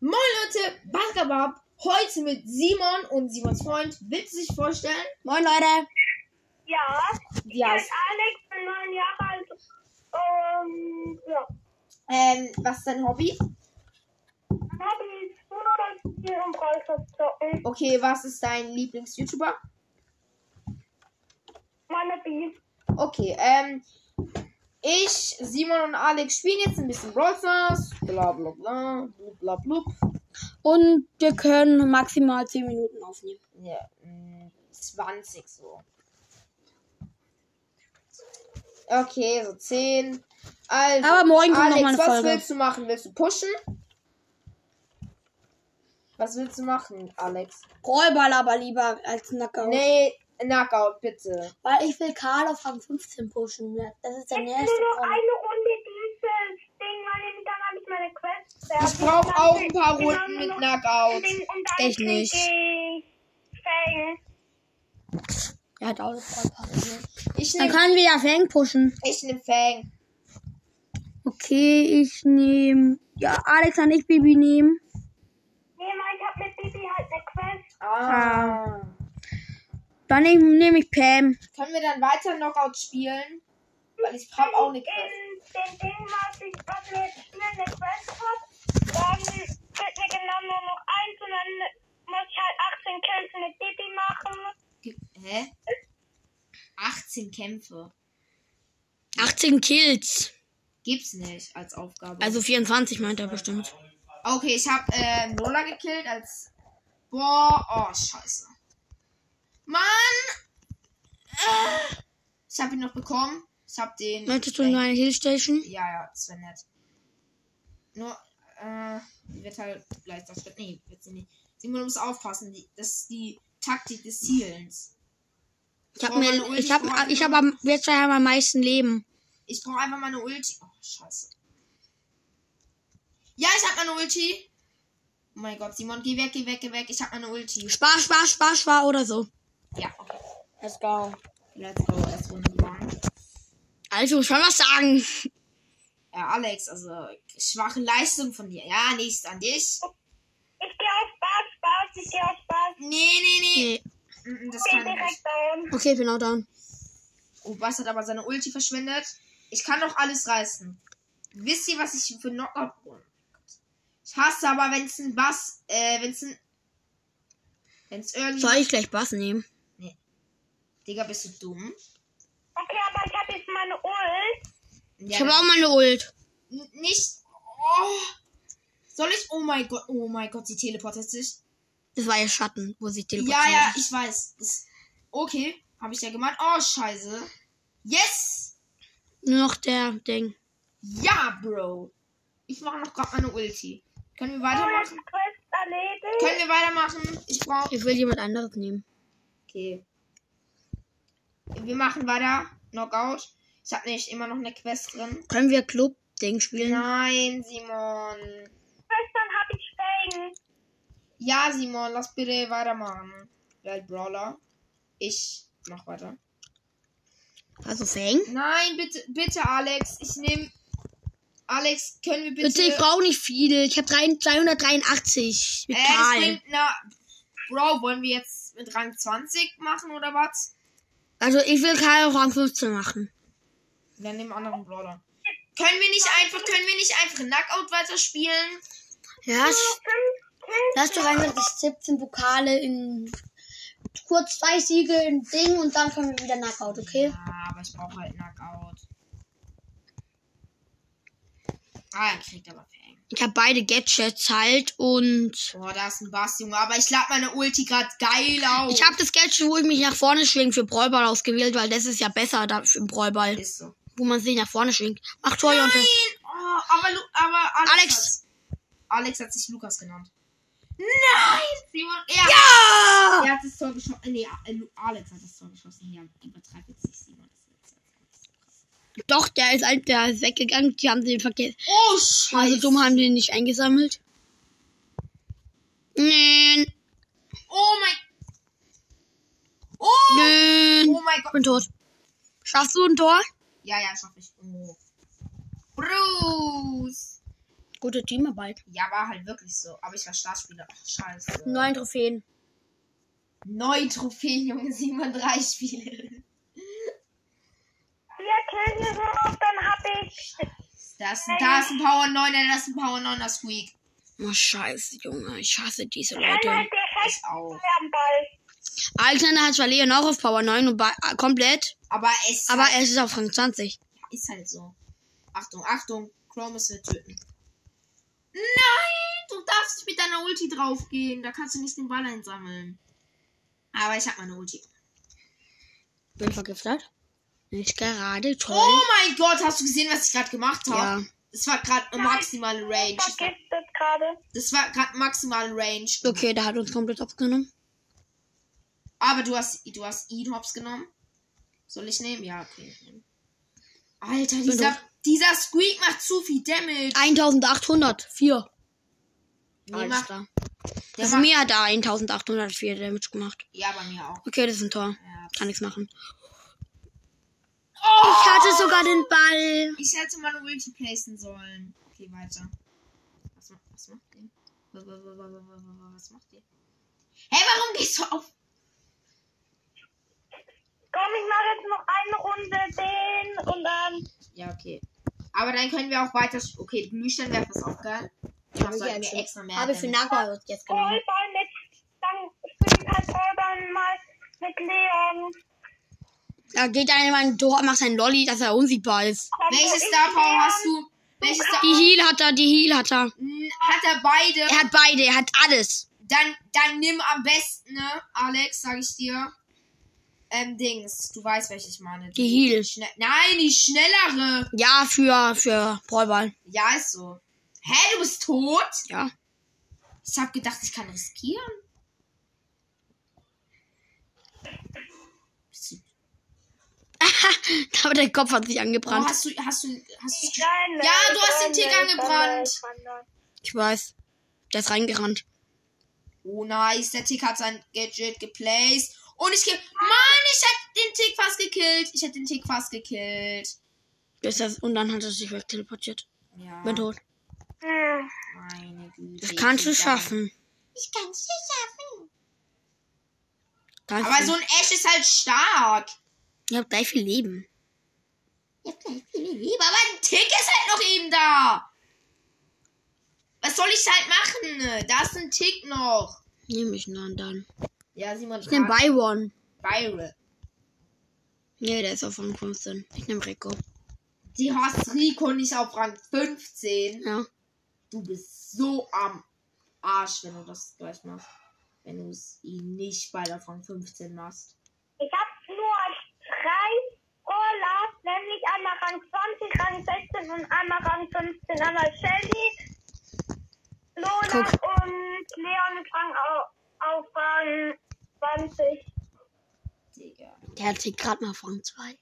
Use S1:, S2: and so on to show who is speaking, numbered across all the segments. S1: Moin Leute, Basketball. Heute mit Simon und Simons Freund. Willst du dich vorstellen?
S2: Moin Leute.
S3: Ja,
S1: Ja.
S3: ich bin Alex, bin neun Jahre alt. Ähm, ja.
S1: Ähm, was ist dein Hobby?
S3: Mein Hobby ist Monolanzieren und Ballstoff zocken.
S1: Okay, was ist dein Lieblings-YouTuber?
S3: Meine Beef.
S1: Okay, ähm, ich, Simon und Alex spielen jetzt ein bisschen Brawl Stars. Bla bla bla, blub bla blub.
S2: Und wir können maximal 10 Minuten aufnehmen.
S1: Ja, mm, 20 so. Okay, so 10. Also,
S2: Aber morgen kommt noch
S1: Alex,
S2: mal eine
S1: was
S2: Folge.
S1: willst du machen? Willst du pushen? Was willst du machen, Alex?
S2: Rollball aber lieber als Knockout.
S1: Nee, Knockout, bitte.
S2: Weil ich will Karl auf Rang 15 pushen. Das ist der
S3: Nur
S2: nächste
S3: noch
S2: Runde.
S3: eine Runde dieses Ding, meine dann habe ich meine Quest
S1: Ich
S3: fertig.
S1: brauche
S3: Dann
S1: auch
S3: bin
S1: ein
S3: ich
S1: paar
S3: genau
S1: Runden
S3: nur
S1: mit
S3: noch
S1: Knockout.
S3: ein Ding und dann
S1: Ich nicht.
S3: krieg ich Fang.
S2: Er hat auch das Rollball.
S1: Ich
S2: Dann
S1: nehme
S2: kann wieder Fang pushen.
S1: ich nehm Fang.
S2: Okay, ich nehme. Ja, Alex kann ich Baby nehmen.
S3: Nee, Mann, ich hab mit Bibi halt eine Quest.
S1: Ah.
S2: Dann nehme nehm ich Pam.
S1: Können wir dann weiter Knockout spielen? Weil ich hab auch eine Quest.
S3: In dem Ding, was ich was mir jetzt hier eine Quest hab, dann wird mir genau nur noch eins und dann muss ich halt 18 Kämpfe mit Bibi machen.
S1: Hä? 18 Kämpfe.
S2: 18 Kills.
S1: Gibt's nicht als
S2: Also
S1: Aufgabe.
S2: 24 meint er bestimmt.
S1: Okay, ich habe äh, Lola gekillt als. Boah, oh, scheiße. Mann! Äh, ich habe ihn noch bekommen. Ich habe den.
S2: Möchtest du eine Hillstation?
S1: Ja, ja, das wäre nett. Nur, äh, die wird halt leichter Schritt. Nee, wird sie nicht. Simon, du musst aufpassen. Die, das ist die Taktik des Healens.
S2: Ich habe mir, ich habe, ich habe am, jetzt haben am meisten Leben.
S1: Ich brauche einfach meine Ulti. Oh, scheiße. Ja, ich hab meine Ulti. Oh mein Gott, Simon, geh weg, geh weg, geh weg. Ich hab meine Ulti.
S2: Spar, spar, spar, spar oder so.
S1: Ja, okay.
S2: Let's go.
S1: Let's go, erst Runde gewonnen.
S2: Also, schon was sagen.
S1: Ja, Alex, also schwache Leistung von dir. Ja, nichts an dich.
S3: Ich geh auf Spaß, Spaß, ich geh auf Spaß.
S1: Nee, nee, nee.
S2: Okay,
S1: Mm, mm, Das
S3: Bin
S1: kann ich nicht.
S3: direkt down.
S2: okay ich bin auch down.
S1: Oh, Bass hat aber seine Ulti verschwendet. Ich kann doch alles reißen. Wisst ihr, was ich für Knockout oh mein Gott. Ich hasse aber, wenn es ein Bass, äh, wenn es ein. Wenn es irgendwie.
S2: Soll ich gleich Bass nehmen?
S1: Digga, bist du dumm?
S3: Okay, aber ich hab jetzt meine Ult.
S1: Ja,
S2: Ich habe
S1: dann-
S2: auch meine Ult.
S1: N- nicht. Oh. Soll ich? Oh mein Gott, oh mein Gott, sie teleportiert sich.
S2: Das war ihr Schatten, wo sie teleportiert.
S1: Ja, ja, ich weiß. Das, okay, habe ich ja gemacht. Oh, scheiße. Yes!
S2: Nur noch der Ding.
S1: Ja, Bro. Ich mache noch gerade meine Ulti. Können wir
S3: Monat
S1: weitermachen?
S3: Oh, Quest erledigt.
S1: Können wir weitermachen? Ich brauche...
S2: Ich will jemand anderes nehmen.
S1: Okay. Wir machen weiter. Knockout. Ich habe nicht immer noch eine Quest drin.
S2: Können wir Club-Ding spielen?
S1: Nein, Simon.
S3: Gestern hab ich Fang.
S1: Ja, Simon, lass bitte weitermachen. Welt Brawler. Ich mach weiter.
S2: Also Fang?
S1: Nein, bitte, bitte, Alex. Ich nehme. Alex, können wir bitte.
S2: Bitte, ich brauche nicht viel. Ich habe 283 mit
S1: Äh, das
S2: Karl.
S1: bringt, na, Bro, wollen wir jetzt mit Rang 20 machen oder was?
S2: Also ich will Karl auf Rang 15 machen.
S1: Dann nehmen wir anderen Brawler. Können wir nicht einfach, können wir nicht einfach Knockout weiterspielen?
S2: Ja, sch-
S3: Fünf Kämpfe.
S2: Da hast du rein, dass ich 17 Pokale in kurz zwei Siege in Ding und dann können wir wieder Knockout, okay?
S1: Ja, aber ich brauche halt Knockout. Ah, er kriegt aber Fang.
S2: Ich habe beide Gadgets halt und
S1: Boah, da ist ein Bass, Junge. Aber ich lade meine Ulti gerade geil auf.
S2: ich habe das Gadget, wo ich mich nach vorne schwinge, für Bräuball ausgewählt, weil das ist ja besser da für den Bräuball,
S1: Ist so.
S2: wo man sich nach vorne schwingt. Mach Tor, Jonte.
S1: Oh, aber, Lu aber Alex.
S2: Alex.
S1: Hat's. Alex hat sich Lukas genannt. Nein! Simon, er,
S2: Ja!
S1: er hat das Tor geschossen. Nee, äh, Lu- Alex hat das Tor geschossen. Ja, übertreibt jetzt nicht Simon. Das ist jetzt-
S2: Doch, der ist alt, der ist weggegangen, die haben den vergessen.
S1: Oh, Scheiße.
S2: Also dumm haben den nicht eingesammelt. Nein,
S1: Oh mein. Oh!
S2: nein.
S1: Oh mein Gott.
S2: Bin tot. Schaffst du ein Tor?
S1: Ja, ja, schaff ich. Oh. Bruce!
S2: Gute Teamarbeit.
S1: Ja, war halt wirklich so. Aber ich war Starspieler. Ach, scheiße.
S2: Neun Trophäen.
S1: Neun Trophäen, Junge, sieh mal drei Spiele.
S3: Vier Kills noch, dann hab ich.
S1: Das, da ist ein Power 9er, das ist ein Power 9er Squeak.
S2: Oh, scheiße, Junge. Ich hasse diese
S3: Kann
S2: Leute.
S3: halt direkt
S1: Ich auch.
S3: am Ball.
S2: Alexander hat zwar Leon auch auf Power 9 und bei, äh, komplett,
S1: Aber es
S2: aber er ist auf Rang 20.
S1: ist halt so. Achtung, Achtung, Chrome ist wird töten. Nein, du darfst nicht mit deiner Ulti draufgehen. Da kannst du nicht den Ball einsammeln. Aber ich hab meine Ulti.
S2: Bin vergiftet. Nicht gerade toll.
S1: Oh mein Gott, hast du gesehen, was ich gerade gemacht habe?
S2: ja.
S1: Ja. Das war gerade maximale Range.
S3: Vergiftet gerade.
S1: Das war gerade maximale Range.
S2: Okay, der hat uns komplett aufgenommen.
S1: Aber du hast, du hast ihn hops genommen. Soll ich nehmen? Ja, okay. ich nehm. Alter, dieser, dieser Squeak macht zu viel Damage.
S2: 1804.
S1: Nee,
S2: Ah, Alles
S1: macht,
S2: klar.
S1: der
S2: Also
S1: macht,
S2: mir hat er 1804 Damage gemacht.
S1: ja, bei mir auch.
S2: Okay, das ist ein Tor.
S1: Ja.
S2: Kann nichts machen. Ich hatte sogar den Ball.
S1: Ich hätte meine Ulti placen sollen. Okay, weiter. Was, ma- was macht ihr? Was, was, was, was, was, was macht ihr? Hey, warum gehst du auf?
S3: Komm, ich mache jetzt noch eine Runde den und dann.
S1: Ja, okay. Aber dann können wir auch weiter. sch- Okay, Glühsteinwerfer ist auch geil. Ich mach so
S2: Habe
S1: eigentlich extra mehr.
S2: ich für
S1: Damage. Genau.
S2: Nagel jetzt genommen.
S3: Volleyball mit, dann spielen halt Volleyball mal mit Leon.
S2: Da geht einer in mein Tor, macht sein Lolli, dass er unsichtbar ist.
S3: Dann
S1: Welches
S3: bin ich
S1: Star Power
S3: Leon.
S1: hast du? Welches Star
S2: Die Heal hat er, die Heal hat er.
S1: N- Hat er beide?
S2: Er hat beide, er hat alles.
S1: Dann, dann nimm am besten, ne, Alex, sag ich dir. Ähm, Dings, du weißt, welche ich meine.
S2: Die Heal.
S1: Schne Nein, die schnellere.
S2: Ja, für, für Ballball.
S1: Ja, ist so. Hä, du bist tot?
S2: Ja.
S1: Ich hab gedacht, ich kann riskieren. Bist du-
S2: Aber der Kopf hat sich
S1: Oh,
S2: angebrannt.
S1: hast du, hast du, hast du.
S3: Nein, nein,
S1: Ja, du hast den
S3: nein,
S1: Tick
S3: nein,
S1: angebrannt.
S3: nein, nein, nein.
S2: Ich weiß. Der ist reingerannt.
S1: Oh, nice. Der Tick hat sein Gadget geplaced. Und ich geb. Mann, ich hätte den Tick fast gekillt. Ich hätte den Tick fast gekillt.
S2: Das ist das, und dann hat er sich wegteleportiert.
S1: Ja.
S2: Bin tot.
S3: Hm.
S1: Meine Güte.
S2: Das kannst du
S1: ich bin
S2: schaffen.
S1: Ich kann es schaffen.
S2: Kannst
S1: Aber
S2: du.
S1: so ein Ash ist halt stark.
S2: Ich hab gleich viel Leben.
S1: Ja, vielleicht viele Liebe, aber ein Tick ist halt noch eben da. Was soll ich halt machen? Da ist ein Tick noch.
S2: Nehme ich einen anderen.
S1: Ja, Simon. Ich
S2: Ich nehme Buy One.
S1: Viral.
S2: Nee, der ist auf Rang 15. Ich nehme Rico.
S1: Die hast Rico nicht auf Rang 15.
S2: Ja.
S1: Du bist so am Arsch, wenn du das gleich machst. Wenn du es ihn nicht bald auf Rang 15 machst.
S3: Ich hab nur drei Roller, nämlich einmal Rang 20, Rang 16 und einmal Rang 15. Einmal Shelly, Lola und Leon mit Rang auf, auf Rang 20.
S1: Digga.
S2: Der hat sich gerade mal auf Rang 2.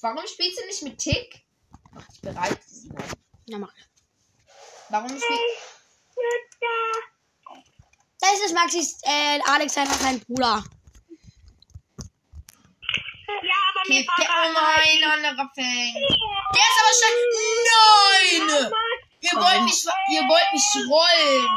S1: Warum spielst du nicht mit Tick? Mach dich bereit, Simon.
S2: Ja, mach.
S1: Warum spielst
S3: Tschüss.
S2: Das ist Maxis, äh, Alex einfach sein Bruder.
S3: Ja, aber
S1: du.
S3: mir
S1: Okay,
S3: war
S1: oh mein, anderer fängt. Der
S3: Der
S1: ist aber schon. Nein! Ihr wollt mich, ihr wollt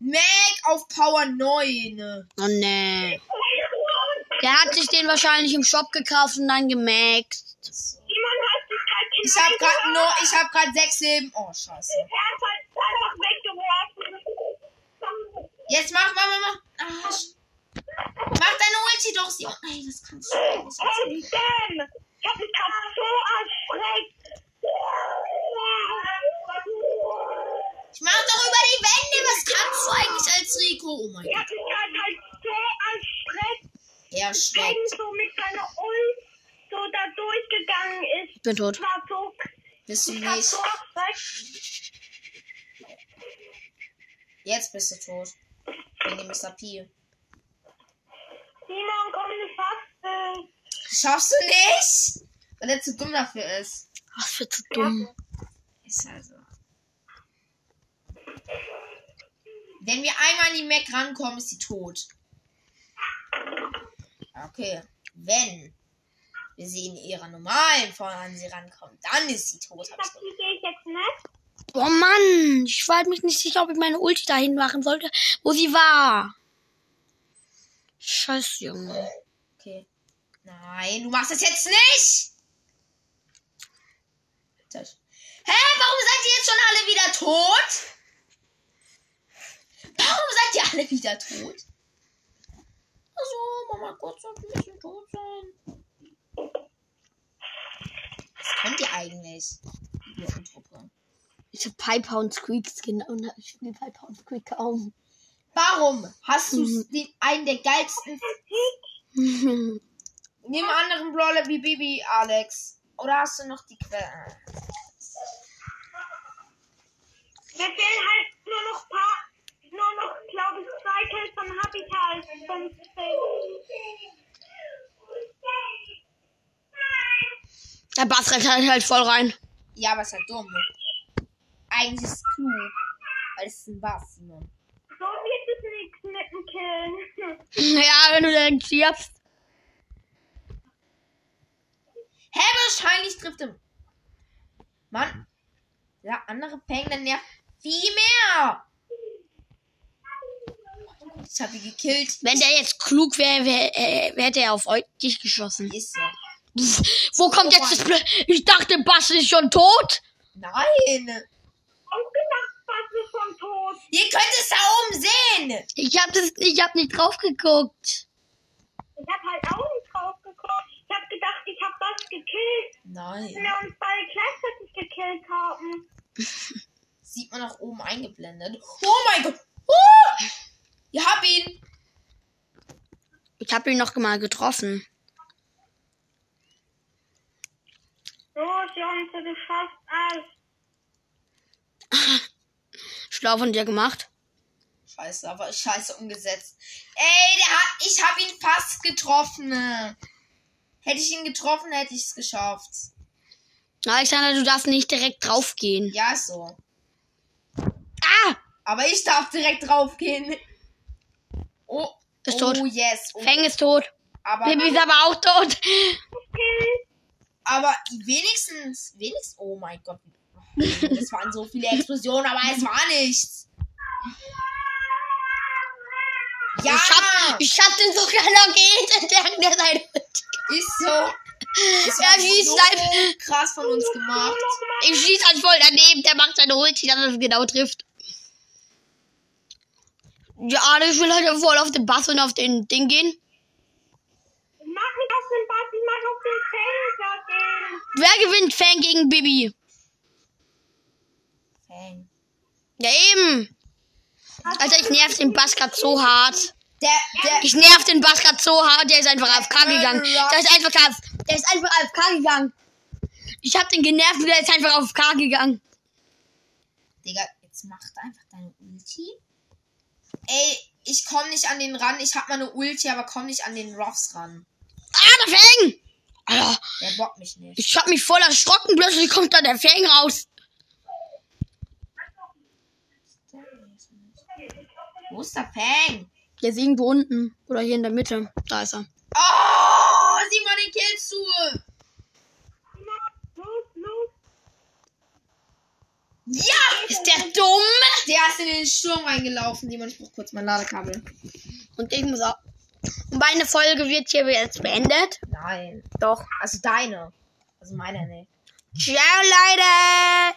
S1: mich rollen. Mac auf Power 9.
S2: Oh nee. Der hat sich den wahrscheinlich im Shop gekauft und dann gemaxt.
S3: Simon hat sich halt in
S1: Ich hab grad nur, ich hab grad 6 Leben. Oh, scheiße.
S3: Er hat halt einfach weggeworfen.
S1: Jetzt mach, mach, mach, mach. Ah, sch- mach deine Ulti doch, Sion. Nein, das kannst du nicht. Das kannst du
S3: Und
S1: nicht.
S3: dann, ich hab mich gerade so erschreckt.
S1: Ich mach doch über die Wände. Was kannst du eigentlich als Rico? Oh mein
S3: Ich
S1: Gott.
S3: hab mich gerade halt so erschreckt,
S1: Er
S3: wenn
S1: schreckt.
S3: so mit seiner Ult so da durchgegangen ist.
S2: Ich bin
S3: Ich
S2: tot.
S3: war so,
S1: Bist du
S3: ich hab
S1: nicht.
S3: so erschreckt.
S1: Jetzt bist du tot. Wegen dem Mr. P.
S3: Simon, komm, du schaffst es.
S1: Schaffst du nicht? Weil er zu dumm dafür ist.
S2: Was für zu dumm.
S1: Ist also. Wenn wir einmal an die Mac rankommen, ist sie tot. Okay. Wenn wir sie in ihrer normalen Form an sie rankommen, dann ist sie tot.
S3: Das
S1: Hab ich
S3: sehe ich jetzt ne? nicht.
S2: Oh Mann, ich war halt mich nicht sicher, ob ich meine Ulti dahin machen sollte, wo sie war. Scheiße, Junge.
S1: Okay. Nein, du machst das jetzt nicht! Das- Hä, warum seid ihr jetzt schon alle wieder tot? Warum seid ihr alle wieder tot? Also, Mama, kurz noch ein bisschen tot sein. Was könnt ihr eigentlich? Ihr Untruppe.
S2: Ich hab Piper und Squeak Skin und ich spiele Piper und Squeak kaum.
S1: Warum hast du den, einen der geilsten Nimm einen anderen Brawler wie Bibi, Alex. Oder hast du noch die Quelle?
S3: Wir fehlen halt nur noch paar, nur noch, glaube ich, zwei Kills von Habitat. 15.
S2: Der Bass rennt halt, halt voll rein.
S1: Ja, aber ist halt dumm. ne? Eigentlich ist es klug. Weil es ist ein Buff. Ne?
S3: So wird es nichts mit dem Killen.
S2: Ja, wenn du dann stirbst.
S1: Hä, wahrscheinlich trifft er. Mann. Ja, andere Peng, dann nervt viel mehr. Ich hab ihn gekillt.
S2: Wenn der jetzt klug wäre, wär, äh, wär der auf euch dich geschossen.
S1: Ist er.
S2: Wo kommt jetzt das Blö Ich dachte, Bass ist schon tot.
S1: Nein.
S3: Ausgedacht, was ist schon tot.
S1: Ihr könnt es da oben sehen.
S2: Ich hab das, ich hab nicht drauf geguckt.
S3: Ich hab halt auch nicht drauf geguckt. Ich hab gedacht, ich hab das gekillt, wenn
S1: Nein.
S3: wir uns beide gleichzeitig gekillt haben.
S1: Sieht man nach oben eingeblendet. Oh mein Gott. Uh! Ihr habt ihn.
S2: Ich hab ihn noch mal getroffen.
S3: Los, Jungs, du schaffst alles.
S2: Schlau von dir gemacht.
S1: Scheiße, aber scheiße umgesetzt. Ey, der hat, ich hab ihn fast getroffen. Hätte ich ihn getroffen, hätte ich es geschafft.
S2: Alexander, du darfst nicht direkt draufgehen.
S1: Ja, ist so.
S2: Ah!
S1: Aber ich darf direkt draufgehen. Oh,
S2: Ist
S1: oh
S2: tot.
S1: yes. Oh,
S2: Feng ist tot.
S1: aber,
S2: Bibi ist aber auch tot.
S1: aber wenigstens, wenigstens, oh mein Gott. Das waren so viele Explosionen, aber es war nichts. Ja,
S2: Ich hab, ich hab den sogar noch gehittet, der seine Ulti.
S1: ist so. Das
S2: Ja, wie
S1: so
S2: Snipe.
S1: krass von uns gemacht.
S2: Ich schieß halt voll daneben, der macht seine Ulti, dass er es genau trifft. Ja, ich will halt voll auf den Bass und auf den Ding gehen.
S3: Ich mach nicht auf den Bass, ich mach auf den Fenster gehen.
S2: Wer gewinnt Fang gegen Bibi?
S1: Fang.
S2: Ja, eben. Alter, ich nerv den Bass grad so hart.
S1: Der, der,
S2: Ich nerv den Bass grad so hart, der ist einfach AFK gegangen. Der ist einfach AFK. Der ist einfach AFK gegangen. Ich hab den genervt und der ist einfach AFK gegangen.
S1: Digga, jetzt macht einfach deine Ulti. Ey, ich komm nicht an den ran. Ich hab meine Ulti, aber komm nicht an den Ruffs ran.
S2: Ah, der Fang! Alter,
S1: Der bockt mich nicht.
S2: ich hab mich voll erschrocken, plötzlich kommt da der Fang raus.
S1: Wo ist der Fang?
S2: Der ist irgendwo unten. Oder hier in der Mitte. Da ist er.
S1: Oh, sieh mal den Kill zu.
S3: Los, los.
S1: Ja!
S2: Ist der dumm?
S1: Der ist in den Sturm reingelaufen. Simon, ich brauch kurz mein Ladekabel.
S2: Und ich muss auch. Meine Folge wird hier jetzt beendet.
S1: Nein. Doch, also deine. Also meine nicht.
S2: Ciao, Leute!